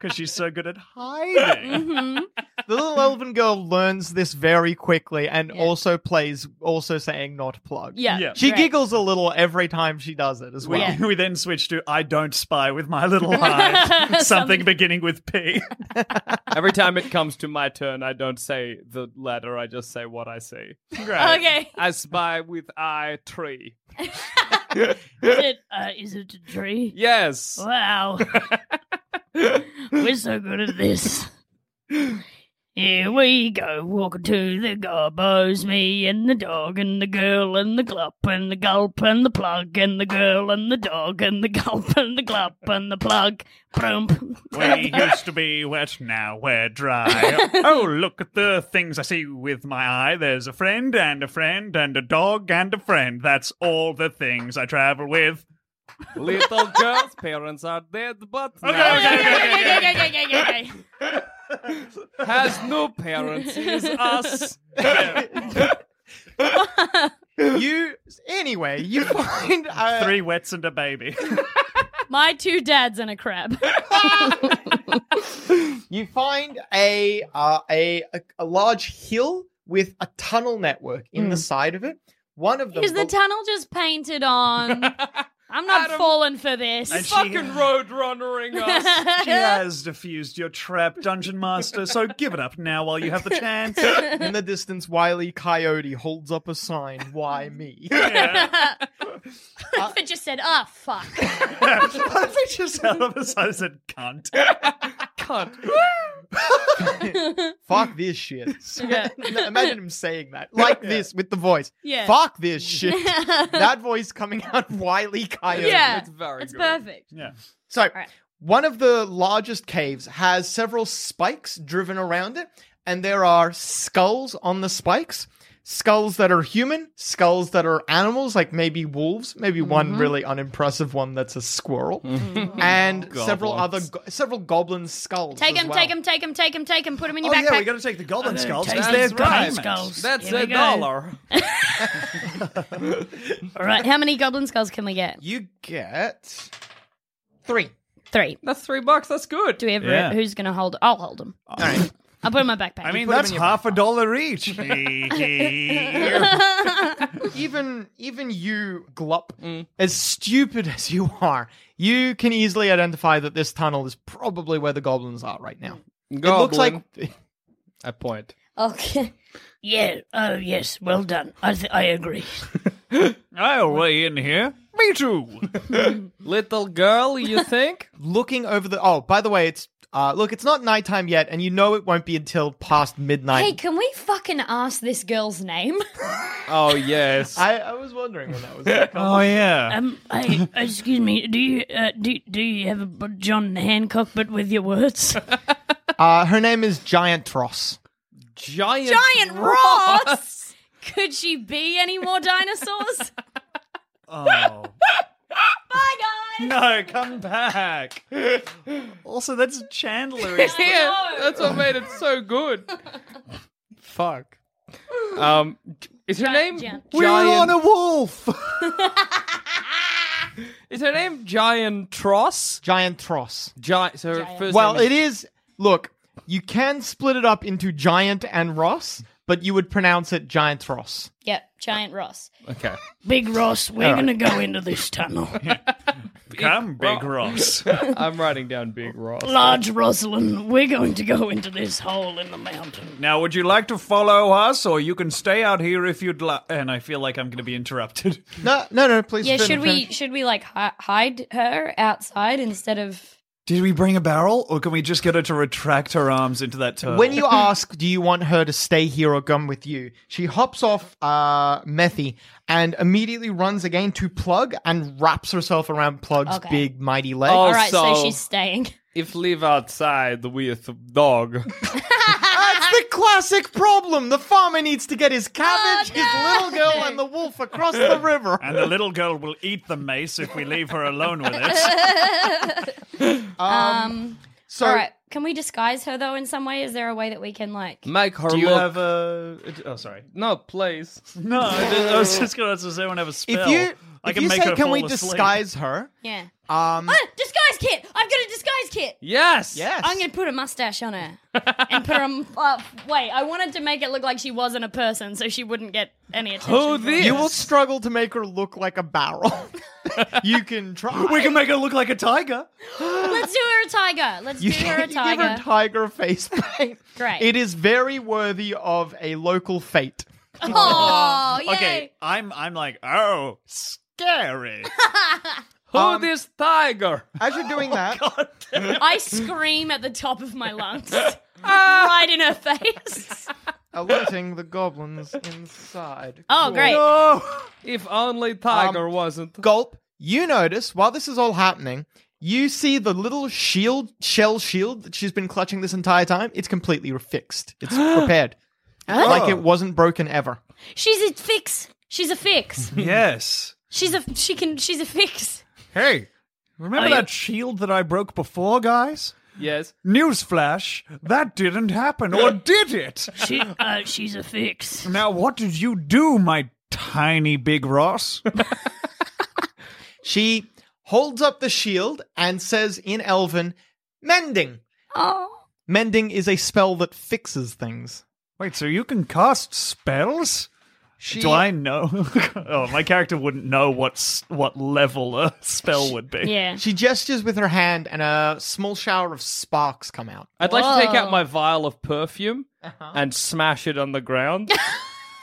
D: Because she's so good at
B: <laughs> Mm-hmm.
D: hiding.
F: <laughs>
C: The little elven girl learns this very quickly and also plays also saying not plug.
D: Yeah, Yeah.
C: She
D: right.
C: giggles a little every time she does it as
D: We,
C: well.
D: we then switch to I don't spy with my little eye. Something beginning with P.
E: Every time it comes to my turn, I don't say the letter. I just say what I see.
F: Great. Okay.
E: I spy with eye tree.
F: <laughs> Is it, uh, is it a tree?
E: Yes.
F: Wow. We're so good at this. Here we go, walking to the gobos, me and the dog and the girl and the glop and the gulp and the plug and the girl and the dog and the gulp and the glop and the plug. Prump. <laughs>
D: We used to be wet, now we're dry. oh, look at the things I see with my eye. There's a friend and a friend and a dog and a friend. That's all the things I travel with.
E: Little girl's parents are dead, but now
F: okay, okay,
B: okay, okay, okay, okay,
F: <laughs>
B: okay.
E: has no parents. Is us.
C: you anyway, you <laughs> find uh,
D: Three wets and a baby.
B: My two dads and a crab.
C: you find a, uh, a a a large hill with a tunnel network in the side of it. One of them
B: Hmm. Is the
C: bel-
B: tunnel just painted on? I'm not falling for this.
D: And she- Fucking
E: road runnering
D: she has defused your trap, Dungeon Master, so give it up now while you have the chance. <laughs>
C: in the distance, Wiley Coyote holds up a sign.
B: <laughs>
C: Why me?
B: it just said, "Ah, fuck."
D: I think just out of us, I said, cunt.
E: cunt.
C: <laughs> Fuck this shit.
B: <laughs>
C: <laughs>
B: Yeah.
C: Imagine him saying that like this with the voice.
B: Yeah.
C: Fuck
B: <laughs>
C: this shit. that voice coming out of Wiley Coyote.
B: yeah,
E: it's very
B: it's
E: good.
B: perfect.
D: Yeah.
C: So, one of the largest caves has several spikes driven around it, and there are skulls on the spikes. Skulls that are human, skulls that are animals, like maybe wolves, maybe
B: Mm-hmm.
C: one really unimpressive one that's a squirrel, and several other
D: Goblins.
C: go- several goblin skulls.
B: Take
C: as
B: him,
C: well.
B: take him, take him, take him, take him. Put him in
D: Oh,
B: your backpack.
D: yeah, we gotta take the goblin skulls because
E: That's
D: they're
E: right.
D: diamonds.
E: That's
F: Here we
E: a
F: go.
E: dollar.
B: All right, how many goblin skulls can we get?
C: You get three.
B: Three.
E: That's three bucks. That's good.
B: Do we ever?
D: Yeah.
B: Who's gonna hold? I'll hold them.
C: All right.
B: I'll put 'em in my backpack.
D: I mean,
C: put 'em
D: that's
C: in your <laughs>
D: half a dollar each. Here.
C: even even you glup as stupid <laughs> as you are you can easily identify that this tunnel is probably where the goblins are right now it looks like <laughs>
E: I point.
B: okay.
F: Yeah, oh yes, well done. I, th- I agree.
D: Oh, way in here. Me too.
E: Little
B: <laughs>
E: girl, you think?
C: looking over the oh by the way it's uh look it's not nighttime yet and you know it won't be until past midnight
B: Hey, can we fucking ask this girl's name?
E: oh yes.
C: <laughs> I, I was wondering when that was gonna come.
D: Oh yeah.
F: Um, I, excuse me, do you, uh, do, do you have a b- John Hancock but with your words?
C: <laughs> uh her name is giant tross
E: Giant.
B: Giant <laughs> Ross. Could she be any more <laughs> dinosaurs?
D: Oh.
B: Bye, guys.
D: No, come back. Also, that's
C: <laughs>
D: Chandler. isn't it?
E: Yeah, that's what made it so good. <laughs> Fuck. Um, is her name?
B: Gian.
C: we were on a wolf
E: Is her name Giant Tross?
C: giant tross
E: Giant. So her first
C: well
E: name
C: it is look you can split it up into giant and ross but you would pronounce it giant tross
B: Yep, Giant Ross.
E: Okay.
F: Big Ross, we're gonna go into this tunnel. <laughs>
D: Come, Big Ross.
E: I'm writing down Big Ross.
F: Large Rosalind, we're going to go into this hole in the mountain.
D: now, would you like to follow us, or you can stay out here if you'd like? And I feel like I'm going to be interrupted.
C: No, no, no. Please.
B: Yeah,
C: finish,
B: should we
C: finish.
B: should we like hi- hide her outside instead of
G: Did we bring a barrel, or can we just get her to retract her arms into that turtle?
C: When you ask, do you want her to stay here or come with you? She hops off uh, Methy and immediately runs again to Plug and wraps herself around Plug's
B: Okay.
C: big, mighty
D: Oh,
C: leg.
B: <laughs> All right, <laughs> so she's staying.
E: If leave outside with dog,
C: That's the classic problem. The farmer needs to get his cabbage,
B: his
C: little girl, and the wolf across the river.
D: <laughs> <laughs> And the little girl will eat the mace if we leave her alone with it.
C: <laughs>
B: um,
C: so-
B: all right. Can we disguise her though in some way? Is there a way that we can like
E: <laughs> make her
D: Do you
E: look.
D: have
G: a? Oh, sorry.
E: No, please.
D: No, I, did- I was just going to say, anyone have a
C: If
D: spell?
C: you,
D: I
C: if
D: can
C: you
D: make
C: say,
D: her
C: can
D: fall
C: we
D: asleep."
C: disguise her?
B: Yeah.
C: Um,
B: Oh, disguise kit! I've got a disguise kit.
E: Yes.
C: Yes.
B: I'm gonna put a mustache on her and put her. on- Uh, wait, I wanted to make it look like she wasn't a person, so she wouldn't get any attention. from us.
C: You will struggle to make her look like a barrel. <laughs> you can try.
G: We can make her look like a tiger.
B: Let's do her a tiger. Let's
C: You
B: do her a
C: you <laughs> give her
B: tiger.
C: tiger face paint.
B: <laughs> Great.
C: It is very worthy of a local fate.
B: Oh,
D: Okay, I'm I'm like, oh, scary.
E: Who this tiger?
C: As you're <laughs> doing that,
B: I scream at the top of my
D: <laughs>
B: lungs, right in her face.
C: alerting the goblins inside.
B: Oh, great.
E: If only tiger wasn't.
C: Gulp, you notice while this is all happening, you see the little shield, shell shield that she's been clutching this entire time. It's completely fixed.
B: <gasps>
C: It's repaired.
B: Oh.
C: Like it wasn't broken ever.
B: She's a fix. She's a fix.
G: <laughs> Yes.
B: She's a she can. She's a fix.
G: Hey, remember
B: Are
G: that
B: you-
G: shield that I broke before, guys?
E: Yes.
G: Newsflash, that didn't happen, or did it?
F: She, uh, she's a fix.
G: Now, what did you do, my tiny big Ross?
C: She holds up the shield and says in Elven, mending.
B: Oh.
C: Mending is a spell that fixes things.
G: Wait, so you can cast spells?
C: She...
D: Do
G: <laughs>
D: I know? oh, my character wouldn't know what s- what level a spell would be.
C: She gestures with her hand and a small shower of sparks come out.
E: I'd like to take out my vial of perfume
B: Uh-huh.
E: and smash it on
B: <laughs>
E: the ground.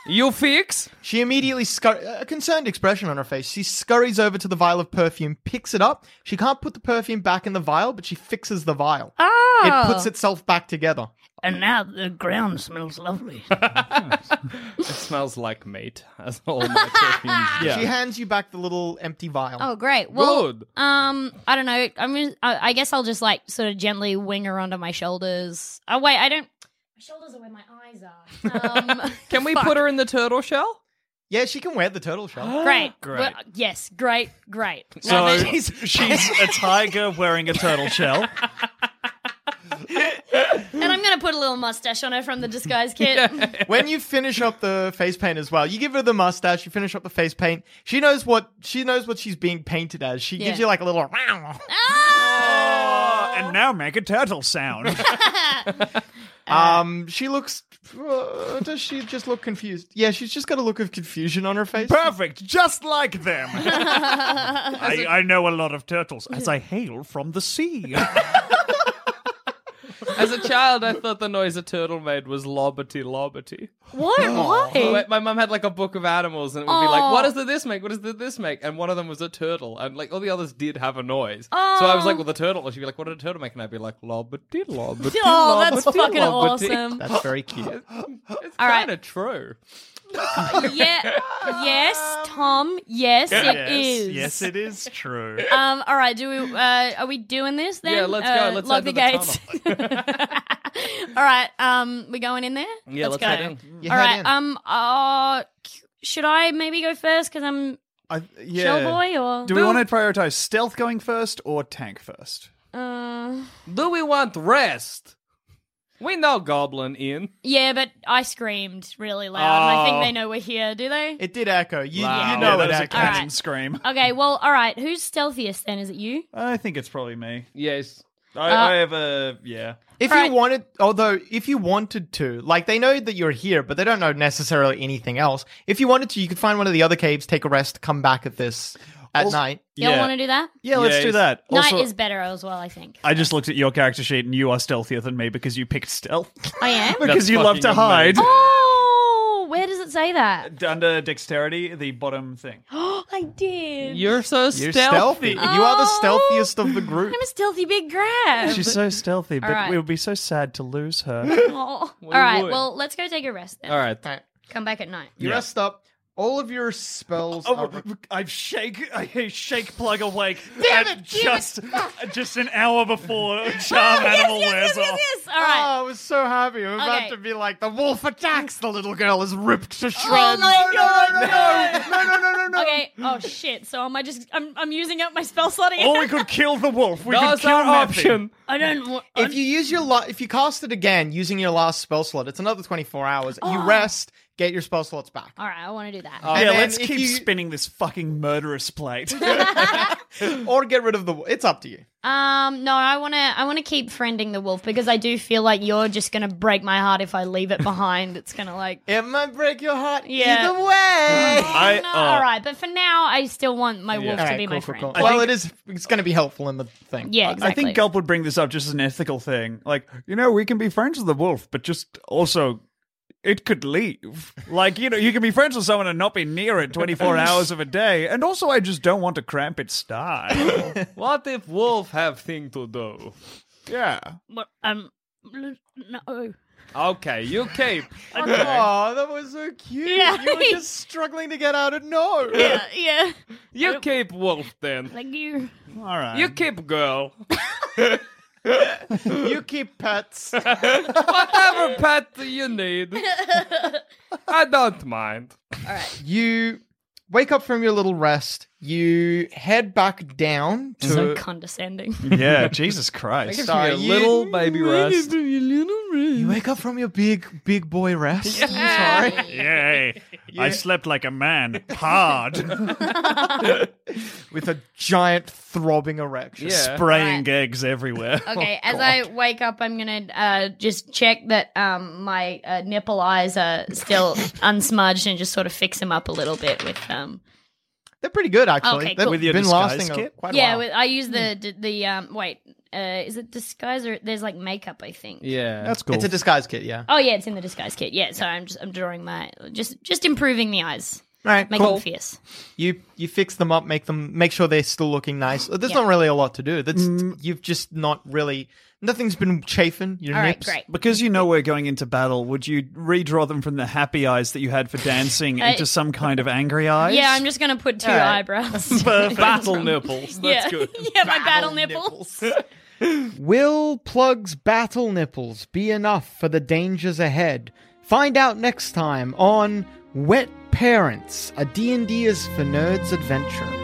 E: you fix?
C: She immediately scur- a concerned expression on her face. She scurries over to the vial of perfume, picks it up. She can't put the perfume back in the vial, but she fixes the vial.
F: Oh.
C: It puts itself back together.
F: And now the ground smells lovely.
E: It smells like mate, as all
B: <laughs>
E: my perfumes.
C: She hands you back the little empty vial.
B: Oh, great. Well,
E: Good.
B: <laughs> um, I don't know. I'm. Gonna, I, I guess I'll just like sort of gently wing her onto my shoulders. Oh wait, I don't. My shoulders are where my eyes are. Um,
E: Can we
B: fuck.
E: put her in the turtle shell?
C: Yeah, she can wear the turtle
B: <gasps>
C: shell.
B: Great.
D: Great.
B: Well, yes. Great. Great.
D: So
B: Love it.
G: <laughs>
D: she's, a tiger wearing a turtle shell.
B: and I'm gonna put a little mustache on her from the
E: <laughs>
B: disguise kit.
C: when you finish up the face paint as well, you give her the mustache. You finish up the face paint. She knows what she knows what she's being painted as. She gives
B: Yeah.
C: you like a little. "Meow."
D: and now make a turtle sound.
C: Um, she looks. uh, does she just look confused? Yeah, she's just got a look of confusion on her face.
D: Perfect, just
B: <laughs>
D: like them. I, I know a lot of turtles, as I hail from the
G: <laughs>
D: sea.
E: As a child, I thought the noise a turtle made was lobberty lobberty.
B: What? Why?
E: My, my mum had like a book of animals, and it would be
B: Aw.
E: like, "What does the this make? What does the this make?" And one of them was a turtle, and like all the others did have a noise. So I was
B: Oh.
E: like, "Well, the turtle." She'd be like, "What did a turtle make?" And I'd be like, "Lobberty lobberty."
B: <laughs> Oh, that's fucking awesome.
D: oh.
C: That's very cute.
E: It's kind of true.
B: Yeah. Yes, Tom. Yes, it is.
D: Yes, it is true.
B: Um. All right. Do we? Uh, are we doing this then?
E: Yeah, let's go.
B: Uh,
E: Let's
B: lock
E: enter
B: the
E: the
B: gates. <laughs> all right. Um. We going in there?
E: Yeah, let's
B: go.
E: head in.
C: You
B: all
C: head
B: right.
C: in.
B: Um. Uh. c- Should I maybe go first because I'm
G: I, yeah.
B: shell boy or?
G: Do we want to prioritize stealth going first or tank first?
B: Uh,
E: Do we want rest? We know Goblin in.
B: yeah, but I screamed really loud. and I
E: Oh.
B: think they know we're here. Do they?
C: It did echo. You,
E: Wow.
C: you know
G: yeah,
C: it
G: that was a
C: echoed.
G: cannon
B: Alright.
G: scream.
B: Okay. Well. All right. Who's stealthiest then? Is it you?
G: I think it's probably me.
E: Yes.
G: I,
B: Uh,
G: I have a yeah.
C: If
B: Alright.
C: you wanted, although if you wanted to, like they know that you're here, but they don't know necessarily anything else. If you wanted to, you could find one of the other caves, take a rest, come back at this at night.
B: Y'all
G: Yeah.
B: want to do that?
G: Yeah, let's do
D: Yes.
G: that. Also,
B: Night is better as well. I think.
G: I just looked at your character sheet and you are
B: <laughs>
G: stealthier than me because you picked stealth. <laughs>
B: I am.
G: because you love to
E: fucking
G: hide.
E: amazing.
B: Oh, where does it say that?
D: Under dexterity, the
B: <gasps>
D: bottom thing.
B: Oh, I did.
E: You're so
D: You're
B: stealthy. Oh.
D: stealthy. You are the stealthiest
C: of the group.
B: <laughs> I'm a stealthy big grab.
D: She's so stealthy, but
B: All right.
D: it would be so sad to lose her.
B: Aw.
D: We
B: All right.
D: would.
B: Well, let's go take a rest then. Come back at night.
C: You rest up. All of your spells.
D: Oh,
C: I've shake. I shake
D: plug awake.
C: Damn
D: and
C: it!
D: just- <laughs>
C: just an hour before
B: Oh,
E: Oh,
D: charm animal wears off.
B: All right.
C: Oh, I was so happy. I'm
B: Okay.
C: about to be like, the wolf attacks. The little girl is ripped to shreds.
B: Oh my god!
C: No, no, no, no, no.
B: Okay. Oh shit. So am I just? I'm, I'm using up my spell slot again.
C: Or we could kill the wolf.
B: We That's could kill our nothing. option. I don't wa-
C: If you use your la- if you cast it again using your last spell slot, it's another twenty four hours. You rest, get your spell slots back.
B: Oh.
C: Uh,
B: All right. I want to do that.
D: yeah,
C: And
D: let's
C: if
D: keep
C: you-
D: spinning this fucking murderous plate. <laughs>
C: or get rid of the. It's up to you.
B: Um, no, I want to. I want to keep friending the wolf because I do feel like you're just gonna break my heart if I leave it behind. It's gonna like
C: it might break your heart
B: yeah.
C: either way.
B: I,
D: uh,
B: all right, but for now, I still want my wolf to be my friend.
C: Well, it is. It's going to be helpful in the thing.
B: Yeah,
D: I think Gulp would bring this up just as an ethical thing. Like, you know, we can be friends with the wolf, but just also it could leave. Like, you know, you can be friends with someone and not be near it 24 hours of a day. And also, I just don't want to cramp its style.
E: <laughs> What if wolf have thing to do?
D: yeah.
H: But um, l- no.
E: Okay, you keep.
C: Oh, that was so cute.
H: Yeah.
C: You were just struggling to get out of no.
B: <laughs> yeah.
E: You keep wolf then.
B: Like you.
D: All right.
E: You keep girl.
C: you keep pets.
E: Whatever pet you need. I don't mind.
C: You wake up from your little rest. You head back down to.
D: Uh,
B: so condescending.
D: Yeah, Jesus Christ.
B: That gives
C: Sorry,
B: me
C: you-
B: a little
E: baby
B: rest.
C: You wake up from your big, big boy rest.
B: Yeah.
C: Sorry.
D: Yay. I slept like a man. Hard.
C: With a giant throbbing erection.
B: Yeah.
D: <laughs> Spraying eggs everywhere. <laughs>
B: Okay, as I wake up, I'm gonna uh, just check that um, my uh, nipple eyes are still unsmudged and just sort of fix them up a little bit with um.
C: They're pretty good, actually.
B: Okay,
C: They've
B: cool. With
D: your
C: been
D: disguise
C: lasting a,
D: kit?
C: quite
B: yeah,
C: a while.
B: with, I use the d- the um. Wait, uh, is it disguise or there's like makeup? I think.
E: Yeah.
D: That's cool.
C: It's a disguise kit, yeah.
B: Oh yeah, it's in the disguise kit. Yeah, so I'm just I'm drawing my just just improving the eyes.
C: Right,
B: making
C: cool.
B: them fierce.
C: You you fix them up, make them make sure they're still looking nice. There's
B: Yeah.
C: not really a lot to do. That's
D: Mm.
C: you've just not really nothing's been chafing your nips.
D: Because you know we're going into battle, would you redraw them from the happy eyes that you had for dancing
B: I-
D: into some kind of angry eyes?
B: Yeah, I'm just gonna put two
D: All right.
B: eyebrows. <laughs>
D: Battle nipples.
B: yeah, yeah, my battle nipples.
C: Will Plug's battle nipples be enough for the dangers ahead? Find out next time on Wet Parents, a D&D is for Nerds adventure.